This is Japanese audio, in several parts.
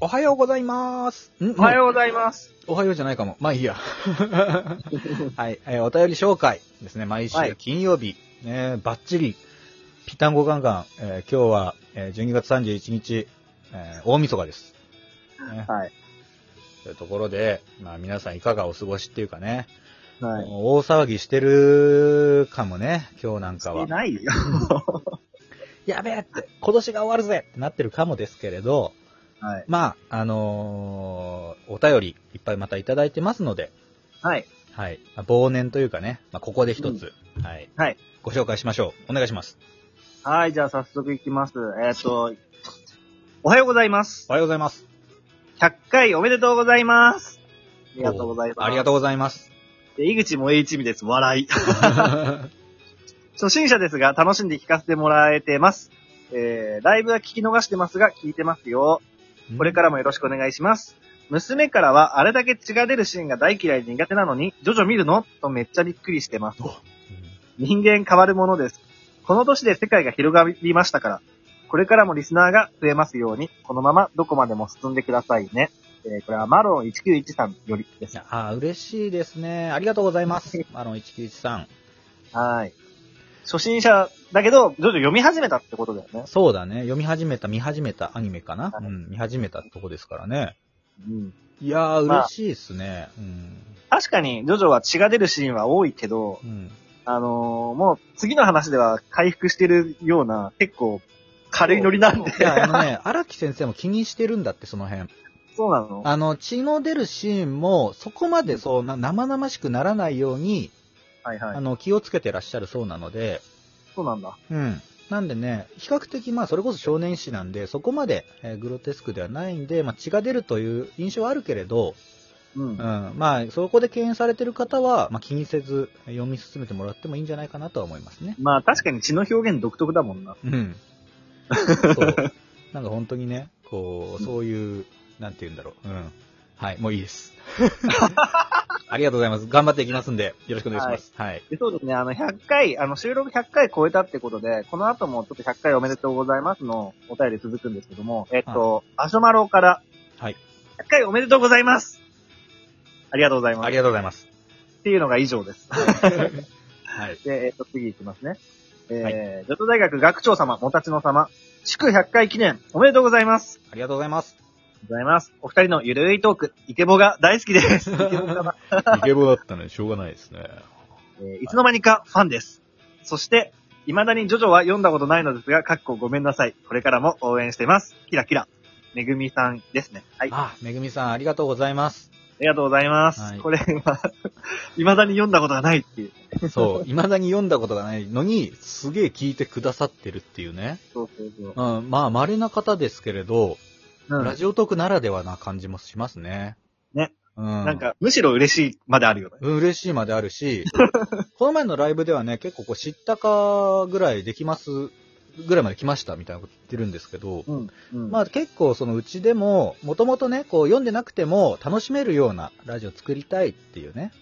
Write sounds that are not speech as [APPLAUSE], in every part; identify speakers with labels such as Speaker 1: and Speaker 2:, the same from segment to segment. Speaker 1: おはようございます。ん
Speaker 2: おはようございます。
Speaker 1: おはようじゃないかも。まあい
Speaker 2: [LAUGHS]
Speaker 1: いや。はい、えーお便り紹介ですね。毎
Speaker 2: は
Speaker 1: 週
Speaker 2: い
Speaker 1: 金曜日、ね、バッチリ、ピタンゴガンガン、えー今日は、えー12月31日、えー大晦日です。ね、
Speaker 2: はい。
Speaker 1: というところで、まあ皆さんいかがお過ごしっていうかね、
Speaker 2: はい。
Speaker 1: もう大騒ぎしてるかもね、今日なんかは。
Speaker 2: ないよ。
Speaker 1: やべえって、今年が終わるぜってなってるかもですけれど、
Speaker 2: はい。
Speaker 1: まあ、あのーお便りいっぱいまたいただいてますので、
Speaker 2: はい。
Speaker 1: はい。まあ忘年というかね、まあ、ここで一つ、はい。
Speaker 2: はい。
Speaker 1: ご紹介しましょう。お願いします。
Speaker 2: はい、じゃあ早速いきます。えっ、と、おはようございます。
Speaker 1: おはようございます。
Speaker 2: 100回おめでとうございます。
Speaker 1: あ
Speaker 2: ありがとうございます。
Speaker 1: ありがとうございます。。
Speaker 2: う。井口萌え一味です。笑い。初心者ですが、楽しんで聞かせてもらえてます。えー、ライブは聞き逃してますが、聞いてますよ。これかららもよろしくお願いします。娘からは、あれだけ血が出るシーンが大嫌いで苦手なのに、ジョジョ見るのとめっちゃびっくりしてます。人間変わるものです。この年で世界が広がりましたから、これからもリスナーが増えますように、このままどこまでも進んでくださいね。えーこれはマロン1913よりで
Speaker 1: い
Speaker 2: す。
Speaker 1: やあー、嬉しいですね。ありがとうございます。マロン1913。
Speaker 2: はい。初心者だけど、徐々に読み始めたってことだよね。
Speaker 1: そうだね。読み始めた、見始めたアニメかな、
Speaker 2: はい
Speaker 1: うん、見始めたとこですからね。
Speaker 2: うん。
Speaker 1: いやー、
Speaker 2: まあ
Speaker 1: 嬉しいですね。うん。
Speaker 2: 確かに、ジョジョは血が出るシーンは多いけど、
Speaker 1: うん。
Speaker 2: あのーもう次の話では回復してるような、結構軽いノリなんで。
Speaker 1: いや、あの
Speaker 2: [LAUGHS]
Speaker 1: ね、荒木先生も気にしてるんだって、その辺。
Speaker 2: そうなの
Speaker 1: あの、血の出るシーンも、そこまでそうな、生々しくならないように、
Speaker 2: はいは
Speaker 1: あ
Speaker 2: い。
Speaker 1: の、気をつけてらっしゃるそうなので、
Speaker 2: そうなんだ。
Speaker 1: うん。なんでね、比較的、まあ、それこそ少年誌なんで、そこまで、えーグロテスクではないんで、まあ、血が出るという印象はあるけれど、
Speaker 2: うん。
Speaker 1: うん。まあ、そこで敬遠されてる方は、まあ、気にせず、読み進めてもらってもいいんじゃないかなとは思いますね。
Speaker 2: まあ確かに血の表現独特だもんな。
Speaker 1: うん。 [LAUGHS] そう。なんか本当にね、こう、そういう、なんて言うんだろう。うん。はい、もういい [LAUGHS] です。ありがとうございます。頑張っていきますんで、よろしくお願いします。はい。
Speaker 2: でそうですね、あの、100回、あの、収録100回超えたってことで、この後もちょっと100回おめでとうございますのお便り続くんですけども、えっと、アショマロから、
Speaker 1: はい。
Speaker 2: 100回おめでとうございますありがとうございます。
Speaker 1: ありがとうござい [LAUGHS] ます。
Speaker 2: っていうのが以上です。
Speaker 1: はい。
Speaker 2: で、えっと、次いきますね。
Speaker 1: は
Speaker 2: えー、ジョト大学学長様、もたちの様、祝100回記念、おめでとうございます。
Speaker 1: ありがとうございます。
Speaker 2: ありがとうございます。お二人のゆるいトーク、イケボが大好きです。
Speaker 1: [LAUGHS]
Speaker 2: イケボが
Speaker 1: イケボだったのでしょうがないですね。
Speaker 2: えーいつの間にかファンです。そして、未だにジョジョは読んだことないのですが、かっこごめんなさい。これからも応援してます。キラキラ。めぐみさんですね。はい。あ
Speaker 1: あ、めぐみさんありがとうございます。
Speaker 2: りがとうございます。
Speaker 1: はい
Speaker 2: これは、 [LAUGHS] 未だに読んだことがないっていう。
Speaker 1: そう、未だに読んだことがないのに、すげえ聞いてくださってるっていうね。
Speaker 2: そうそうそう。
Speaker 1: うん、まあ、稀な方ですけれど、
Speaker 2: うん、
Speaker 1: ラジオトークならではな感じもしますね。
Speaker 2: ね。
Speaker 1: うん。
Speaker 2: なん、か、むしろ嬉しいまであるよね。
Speaker 1: うん嬉しいまである [LAUGHS] し、この前のライブではね、結構こう知ったかぐらいできます、ぐらいまで来ましたみたいなこと言ってるんですけど、
Speaker 2: うん。うん。
Speaker 1: ま
Speaker 2: あ、
Speaker 1: あ結構そのうちでも、もともとね、こう読んでなくても楽しめるようなラジオ作りたいっていうね、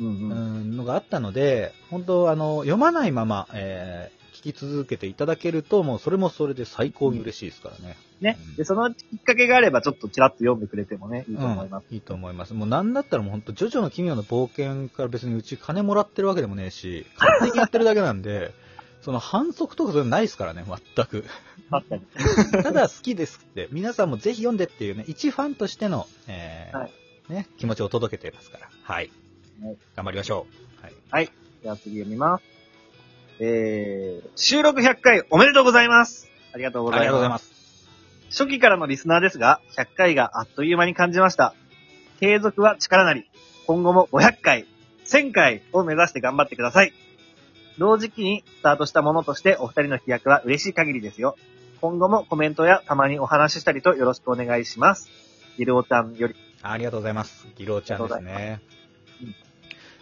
Speaker 2: うん
Speaker 1: う
Speaker 2: うん。
Speaker 1: ん、のがあったので、本当あの、読まないまま、えー聞き続けていただけると、もうそれもそれで最高に嬉しいですからね。
Speaker 2: ね
Speaker 1: うん。
Speaker 2: で、そのきっかけがあれば、ちょっとチラッと読んでくれてもね、いいと思います。
Speaker 1: うん、いいと思います。もうなんだったらもう本当ジョジョの奇妙な冒険から別にうち金もらってるわけでもねえし、勝手にやってるだけなんで、その反則とかそういうのないですからね、全く。
Speaker 2: 確かに。
Speaker 1: ただ好きですって、皆さんもぜひ読んでっていうね、一ファンとしての、えー
Speaker 2: はい
Speaker 1: ね、気持ちを届けてますから。はい。
Speaker 2: はい
Speaker 1: 頑張りましょう。はい。
Speaker 2: じゃあ次読みます。えー、収録100回おめでとうございます。ありがとうご
Speaker 1: あ
Speaker 2: ざ
Speaker 1: り
Speaker 2: い
Speaker 1: がとうござい
Speaker 2: ます
Speaker 1: ま。す。
Speaker 2: 初期からのリスナーですが、100回があっという間に感じました。継続は力なり、今後も500回、1000回を目指して頑張ってください。同時期にスタートしたものとしてお二人の飛躍は嬉しい限りですよ。今後もコメントやたまにお話ししたりとよろしくお願いします。ギルオちゃんより。
Speaker 1: ありがとうございます。ギロちゃんですね
Speaker 2: りがとうございま。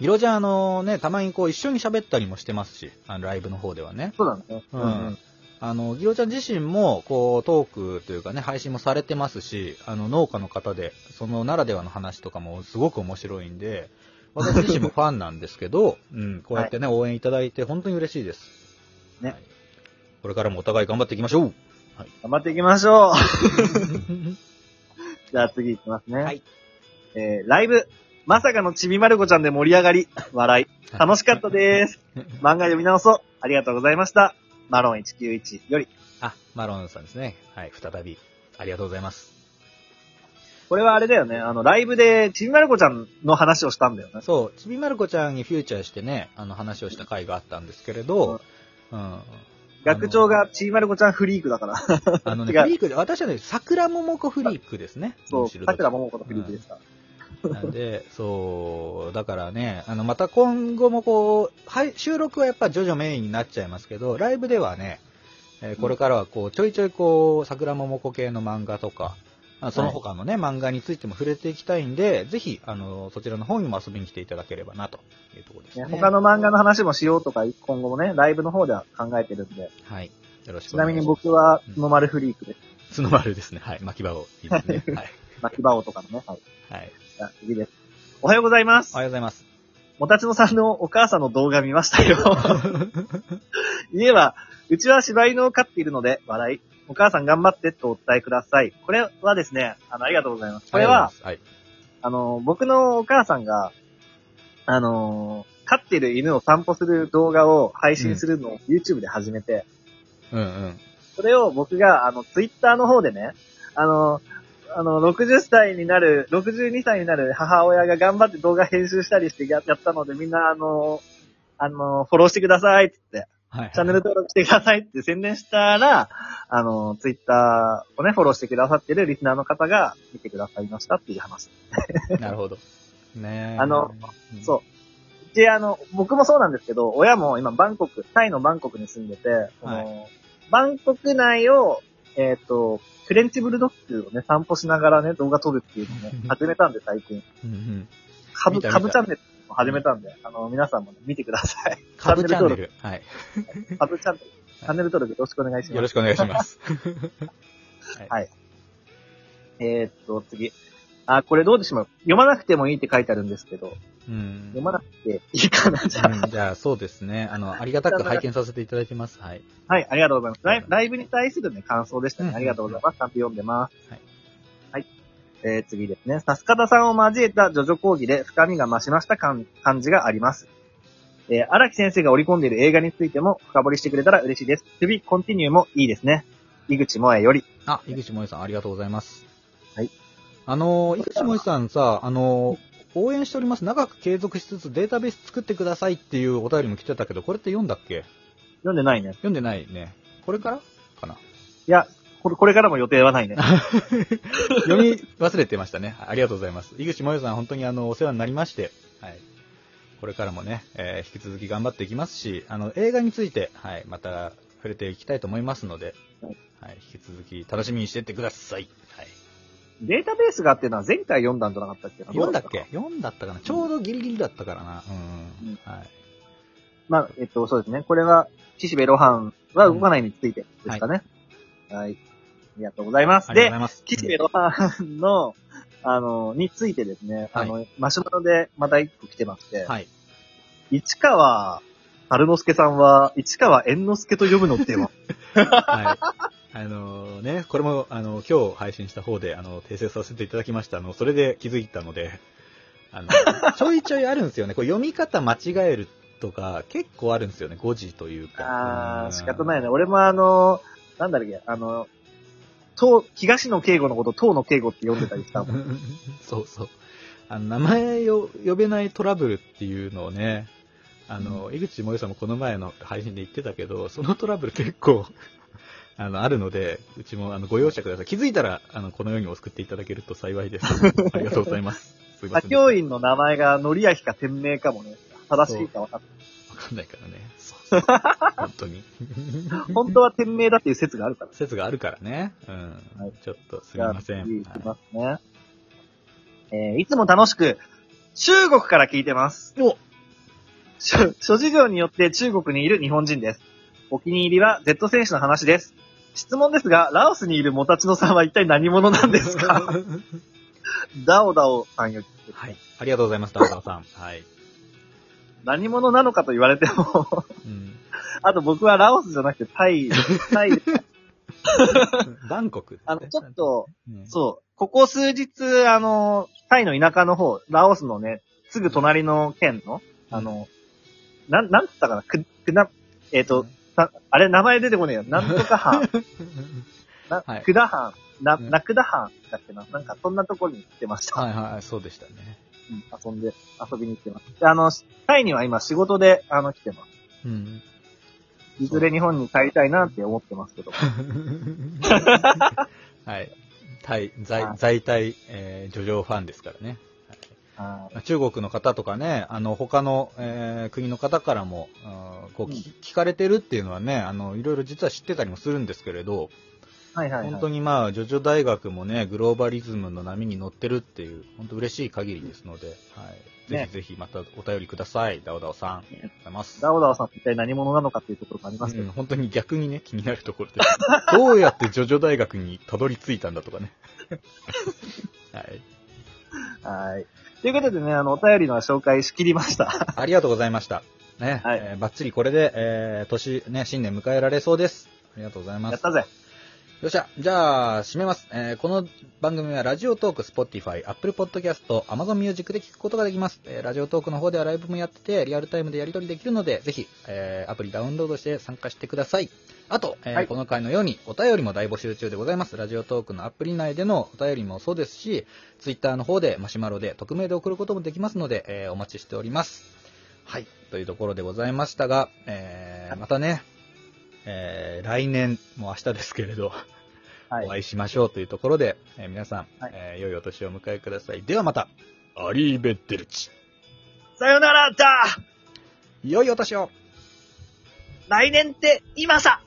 Speaker 1: ギロちゃん、あのね、たまにこう一緒に喋ったりもしてますし、あのライブの方ではね。
Speaker 2: そうなんですね。
Speaker 1: うんあの、ギロちゃん自身も、こう、トークというかね、配信もされてますし、あの、農家の方で、そのならではの話とかもすごく面白いんで、私自身もファンなんですけど、 [LAUGHS] うん、こうやってね、応援いただいて本当に嬉しいです。
Speaker 2: ね
Speaker 1: はい [LAUGHS] これからもお互い頑張っていきましょう
Speaker 2: 頑張っていきましょう。じゃあ次いきますね。
Speaker 1: はい。
Speaker 2: えー、ライブ、まさかのちびまる子ちゃんで盛り上がり、笑い。楽しかっ
Speaker 1: [LAUGHS]
Speaker 2: たです。漫画読み直そう。ありがとうございました。マロン191より。
Speaker 1: あ、マロンさんですね。はい、再び。ありがとうございます。
Speaker 2: これはあれだよね。あの、ライブでちびまる子ちゃんの話をしたんだよね。
Speaker 1: そう、ちびまる子ちゃんにフューチャーしてね、あの話をした回があったんですけれど、うん。
Speaker 2: 学長がちびまる子ちゃんフリークだから。
Speaker 1: あのね、
Speaker 2: 違う
Speaker 1: フリークで、私はね、桜桃子フリークですね。
Speaker 2: そう、
Speaker 1: 知る
Speaker 2: 桜桃子のフリークでした。
Speaker 1: なんで、そう、だからね、あの、また今後もこう、はい、収録はやっぱ徐々メインになっちゃいますけど、ライブではね、えーこれからはこう、ちょいちょいこう、桜桃子系の漫画とか、あその他のね、漫画についても触れていきたいんで、ぜひ、あの、そちらの方にも遊びに来ていただければな、というところですね。
Speaker 2: ね他の漫画の話もしようとか、今後もね、ライブの方では考えてるんで。
Speaker 1: はい。よろしく
Speaker 2: ち
Speaker 1: お
Speaker 2: な
Speaker 1: 願い
Speaker 2: み
Speaker 1: し
Speaker 2: に
Speaker 1: ます。
Speaker 2: 僕は、ノマルフリークです。
Speaker 1: スノマルですね。はい。巻き場を言います
Speaker 2: [LAUGHS]
Speaker 1: ね。はい。
Speaker 2: 巻き場王とかのね。はい。
Speaker 1: はい。
Speaker 2: じゃあ次です。おはようございま
Speaker 1: お
Speaker 2: す
Speaker 1: は。ようございます。
Speaker 2: もたちのさんのお母さんの動画見ました [LAUGHS] よ。家は、うちは柴犬を飼っているので、笑い。お母さん頑張ってとお伝えください。これはですね、あの、ありがとうございます。これは、、
Speaker 1: はい。
Speaker 2: あの、僕のお母さんが、あの、飼ってる犬を散歩する動画を配信するのを YouTube で始めて、
Speaker 1: うんうん。
Speaker 2: それを僕が、あの、Twitter の方でね、あの、あの、60歳になる、62歳になる母親が頑張って動画編集したりしてややったので、みんな、あの、あの、フォローしてくださいっつって、
Speaker 1: はい。
Speaker 2: チャンネル登録してくださいって宣伝したら、あの、ツイッターをね、フォローしてくださってるリスナーの方が見てくださいましたっていう話。
Speaker 1: なるほど。ねえ
Speaker 2: あの、
Speaker 1: うん
Speaker 2: そう。で、あの、僕もそうなんですけど、親も今、バンコク、タイのバンコクに住んでて、そのバンコク内を、えっ、と、フレンチブルドッグをね、散歩しながらね、動画撮るっていう
Speaker 1: [LAUGHS]
Speaker 2: のをね始めたんで、最近。
Speaker 1: うんうん。
Speaker 2: カブ、
Speaker 1: 見た見
Speaker 2: カ
Speaker 1: た
Speaker 2: ブチャンネルも始めたんで、あの、皆さんもね、見てくだ
Speaker 1: [LAUGHS]
Speaker 2: さい。
Speaker 1: カブチャンネル。はい。
Speaker 2: カブチャンネル、チャンネル登録よろしくお願いします
Speaker 1: よろ。しくお願いし
Speaker 2: [LAUGHS]
Speaker 1: ます。
Speaker 2: えーっと、次。あ、これどうでしょう読まなくてもいいって書いてあるんですけど、
Speaker 1: うん。
Speaker 2: 読まなくていいかな、じゃあ。
Speaker 1: うんじゃあ、そうですね。あの、ありがたく拝見させていただきます。はい。
Speaker 2: はい、ありがとうございます。ライライブに対するね、感想でした
Speaker 1: う
Speaker 2: ね。
Speaker 1: ん
Speaker 2: ありがとうございます。ちゃんと読んでます。
Speaker 1: はい。
Speaker 2: はい。えー、次ですね。さすかたさんを交えたジョジョ講義で深みが増しました感感じがあります。えー、荒木先生が織り込んでいる映画についても深掘りしてくれたら嬉しいです。次、コンティニューもいいですね。井口萌えより。
Speaker 1: あ、井口萌さん、ありがとうございます。
Speaker 2: はい。
Speaker 1: あの、井口萌さんさ、あの、応援しております。長く継続しつつデータベース作ってくださいっていうお便りも来てたけど、これって読んだっけ
Speaker 2: 読んでないね。
Speaker 1: 読んでないね。これからかな。
Speaker 2: いや、これ、これからも予定
Speaker 1: [LAUGHS]
Speaker 2: はないね。
Speaker 1: 読み忘れてましたね。ありがとうございます。井口もよさん、本当にあの、お世話になりまして、はい。これからもね、えー引き続き頑張っていきますし、あの、映画について、はい、また触れていきたいと思いますので、
Speaker 2: はい
Speaker 1: はい、引き続き楽しみにしてってください。はい。
Speaker 2: データベースがあっていうのは前回読んだんじゃなかったっけな
Speaker 1: 4だっけ ?4 だったかなちょうどギリギリだったからな。うん。
Speaker 2: うん
Speaker 1: はい。
Speaker 2: まあ、えっと、そうですね。これは、岸辺露伴は動かないについてですかね。はい。ありがとうございます。
Speaker 1: ありがとうご
Speaker 2: で
Speaker 1: ざい、ます。
Speaker 2: 岸辺露伴の、あの、についてですね、
Speaker 1: はい
Speaker 2: あの、マシュマロでまた一個来てまして、
Speaker 1: はい。
Speaker 2: 市川春之助さんは、市川猿之助と呼ぶの
Speaker 1: [LAUGHS]
Speaker 2: では
Speaker 1: はい。あのね、これも、あの、今日配信した方で、あの、訂正させていただきました。あの、それで気づいたので、あ
Speaker 2: [LAUGHS]
Speaker 1: の、ちょいちょいあるんですよね。こう読み方間違えるとか、結構あるんですよね。誤字というか。
Speaker 2: あー、仕方ない
Speaker 1: ね。
Speaker 2: ね。俺もあの、なんだっけ、あの、東、東野敬吾のこと、東野敬吾って呼んでたりしたもん。
Speaker 1: [LAUGHS] そうそう。あの、名前を呼べないトラブルっていうのをね、あの、井口もよさんもこの前の配信で言ってたけど、そのトラブル結構、 [LAUGHS] あの、あるので、うちも、あの、ご容赦ください。気づいたら、あの、このようにお救っていただけると幸いです。
Speaker 2: [LAUGHS]
Speaker 1: ありがとうございます。すいませ
Speaker 2: 作
Speaker 1: ん。
Speaker 2: 業
Speaker 1: わ
Speaker 2: 員の名前が、のりやきか天明かもね、正しいか分かって
Speaker 1: かんないからね。
Speaker 2: [LAUGHS]
Speaker 1: そうそう。本当に。 [LAUGHS]
Speaker 2: 本当は天命だっていう説があるから。
Speaker 1: 説があるからね。うん。
Speaker 2: はい
Speaker 1: ちょっと、すみません。
Speaker 2: 次いき
Speaker 1: はい
Speaker 2: ますね。えーいつも楽しく、中国から聞いてます。
Speaker 1: お
Speaker 2: 諸諸事情によって中国にいる日本人です。お気に入りは Z 選手の話です。質問ですが、ラオスにいるモタチノさんは一体何者なんです
Speaker 1: [LAUGHS]
Speaker 2: かダオダオさんより。
Speaker 1: はい。ありがとうございます、ダウダウさん。はい。
Speaker 2: 何者なのかと言われても、 [LAUGHS]
Speaker 1: うん。
Speaker 2: あと僕はラオスじゃなくてタイ、タイ、
Speaker 1: バンコク、
Speaker 2: あの、ちょっ、と、
Speaker 1: ね、
Speaker 2: そう、ここ数日、あの、タイの田舎の方、ラオスのね、すぐ隣の県の、あの、なん、なんつったかな、く、くな、えっ、と、なあれ、名前出てこねえよ。なんと
Speaker 1: [LAUGHS]
Speaker 2: か藩、な、
Speaker 1: はい
Speaker 2: くだ藩、な、
Speaker 1: うん
Speaker 2: なくだ藩だっけな。なんか、そんなところに行ってました。
Speaker 1: はいはい、そうでしたね。
Speaker 2: うん遊んで、遊びに行ってます。であの、タイには今仕事で、あの、来てます。 [LAUGHS]
Speaker 1: うん。
Speaker 2: いずれ日本に帰りたいなって思ってますけど。
Speaker 1: はい。タイ、在
Speaker 2: はい、
Speaker 1: 在タイ、えー、ジョジョファンですからね。
Speaker 2: あー
Speaker 1: 中国の方とかね、あの、他の、えー国の方からも、あーこう、聞聞かれてるっていうのはね、あの、いろいろ実は知ってたりもするんですけれど、
Speaker 2: はいはい、はい。
Speaker 1: 本当にまあ、ジョジョ大学もね、グローバリズムの波に乗ってるっていう、本当嬉しい限りですので、はい。ぜ
Speaker 2: ね
Speaker 1: ひぜひまたお便りください。ダオダオさん。ありがとうございます。
Speaker 2: ダオダオさんって一体何者なのかっていうところがありますけ
Speaker 1: う
Speaker 2: ど。
Speaker 1: ん、本当に逆にね、気になるところです。 [LAUGHS] どうやってジョジョ大学にたどり着いたんだとか [LAUGHS] ね。はい。
Speaker 2: はい。ということでね、あの、お便りの紹介しきりました。
Speaker 1: ありがとうございました。ね、
Speaker 2: はい
Speaker 1: えーばっちりこれで、えー年、ね、新年迎えられそうです。ありがとうございま
Speaker 2: [LAUGHS] や
Speaker 1: す
Speaker 2: っ。たぜ。
Speaker 1: よっしゃ。じゃあ、締めます。えーこの番組はラジオトーク、Spotify、Apple Podcast、Amazon Music で聞くことができます。えーラジオトークの方ではライブもやってて、リアルタイムでやり取りできるので、ぜひ、えーアプリダウンロードして参加してください。あと、えー
Speaker 2: はい
Speaker 1: この回のようにお便りも大募集中でございます。ラジオトークのアプリ内でのお便りもそうですし、Twitter の方でマシュマロで匿名で送ることもできますので、えーお待ちしております。はい。というところでございましたが、えーまたね、えー来年、もう明日ですけれど、
Speaker 2: はい。
Speaker 1: お会いしましょうというところで、えー皆さん、
Speaker 2: はい
Speaker 1: えー良いお年をお迎えください。ではまた、アリーベッテルチ。
Speaker 2: さよならだ
Speaker 1: 良いお年を
Speaker 2: 来年って今さ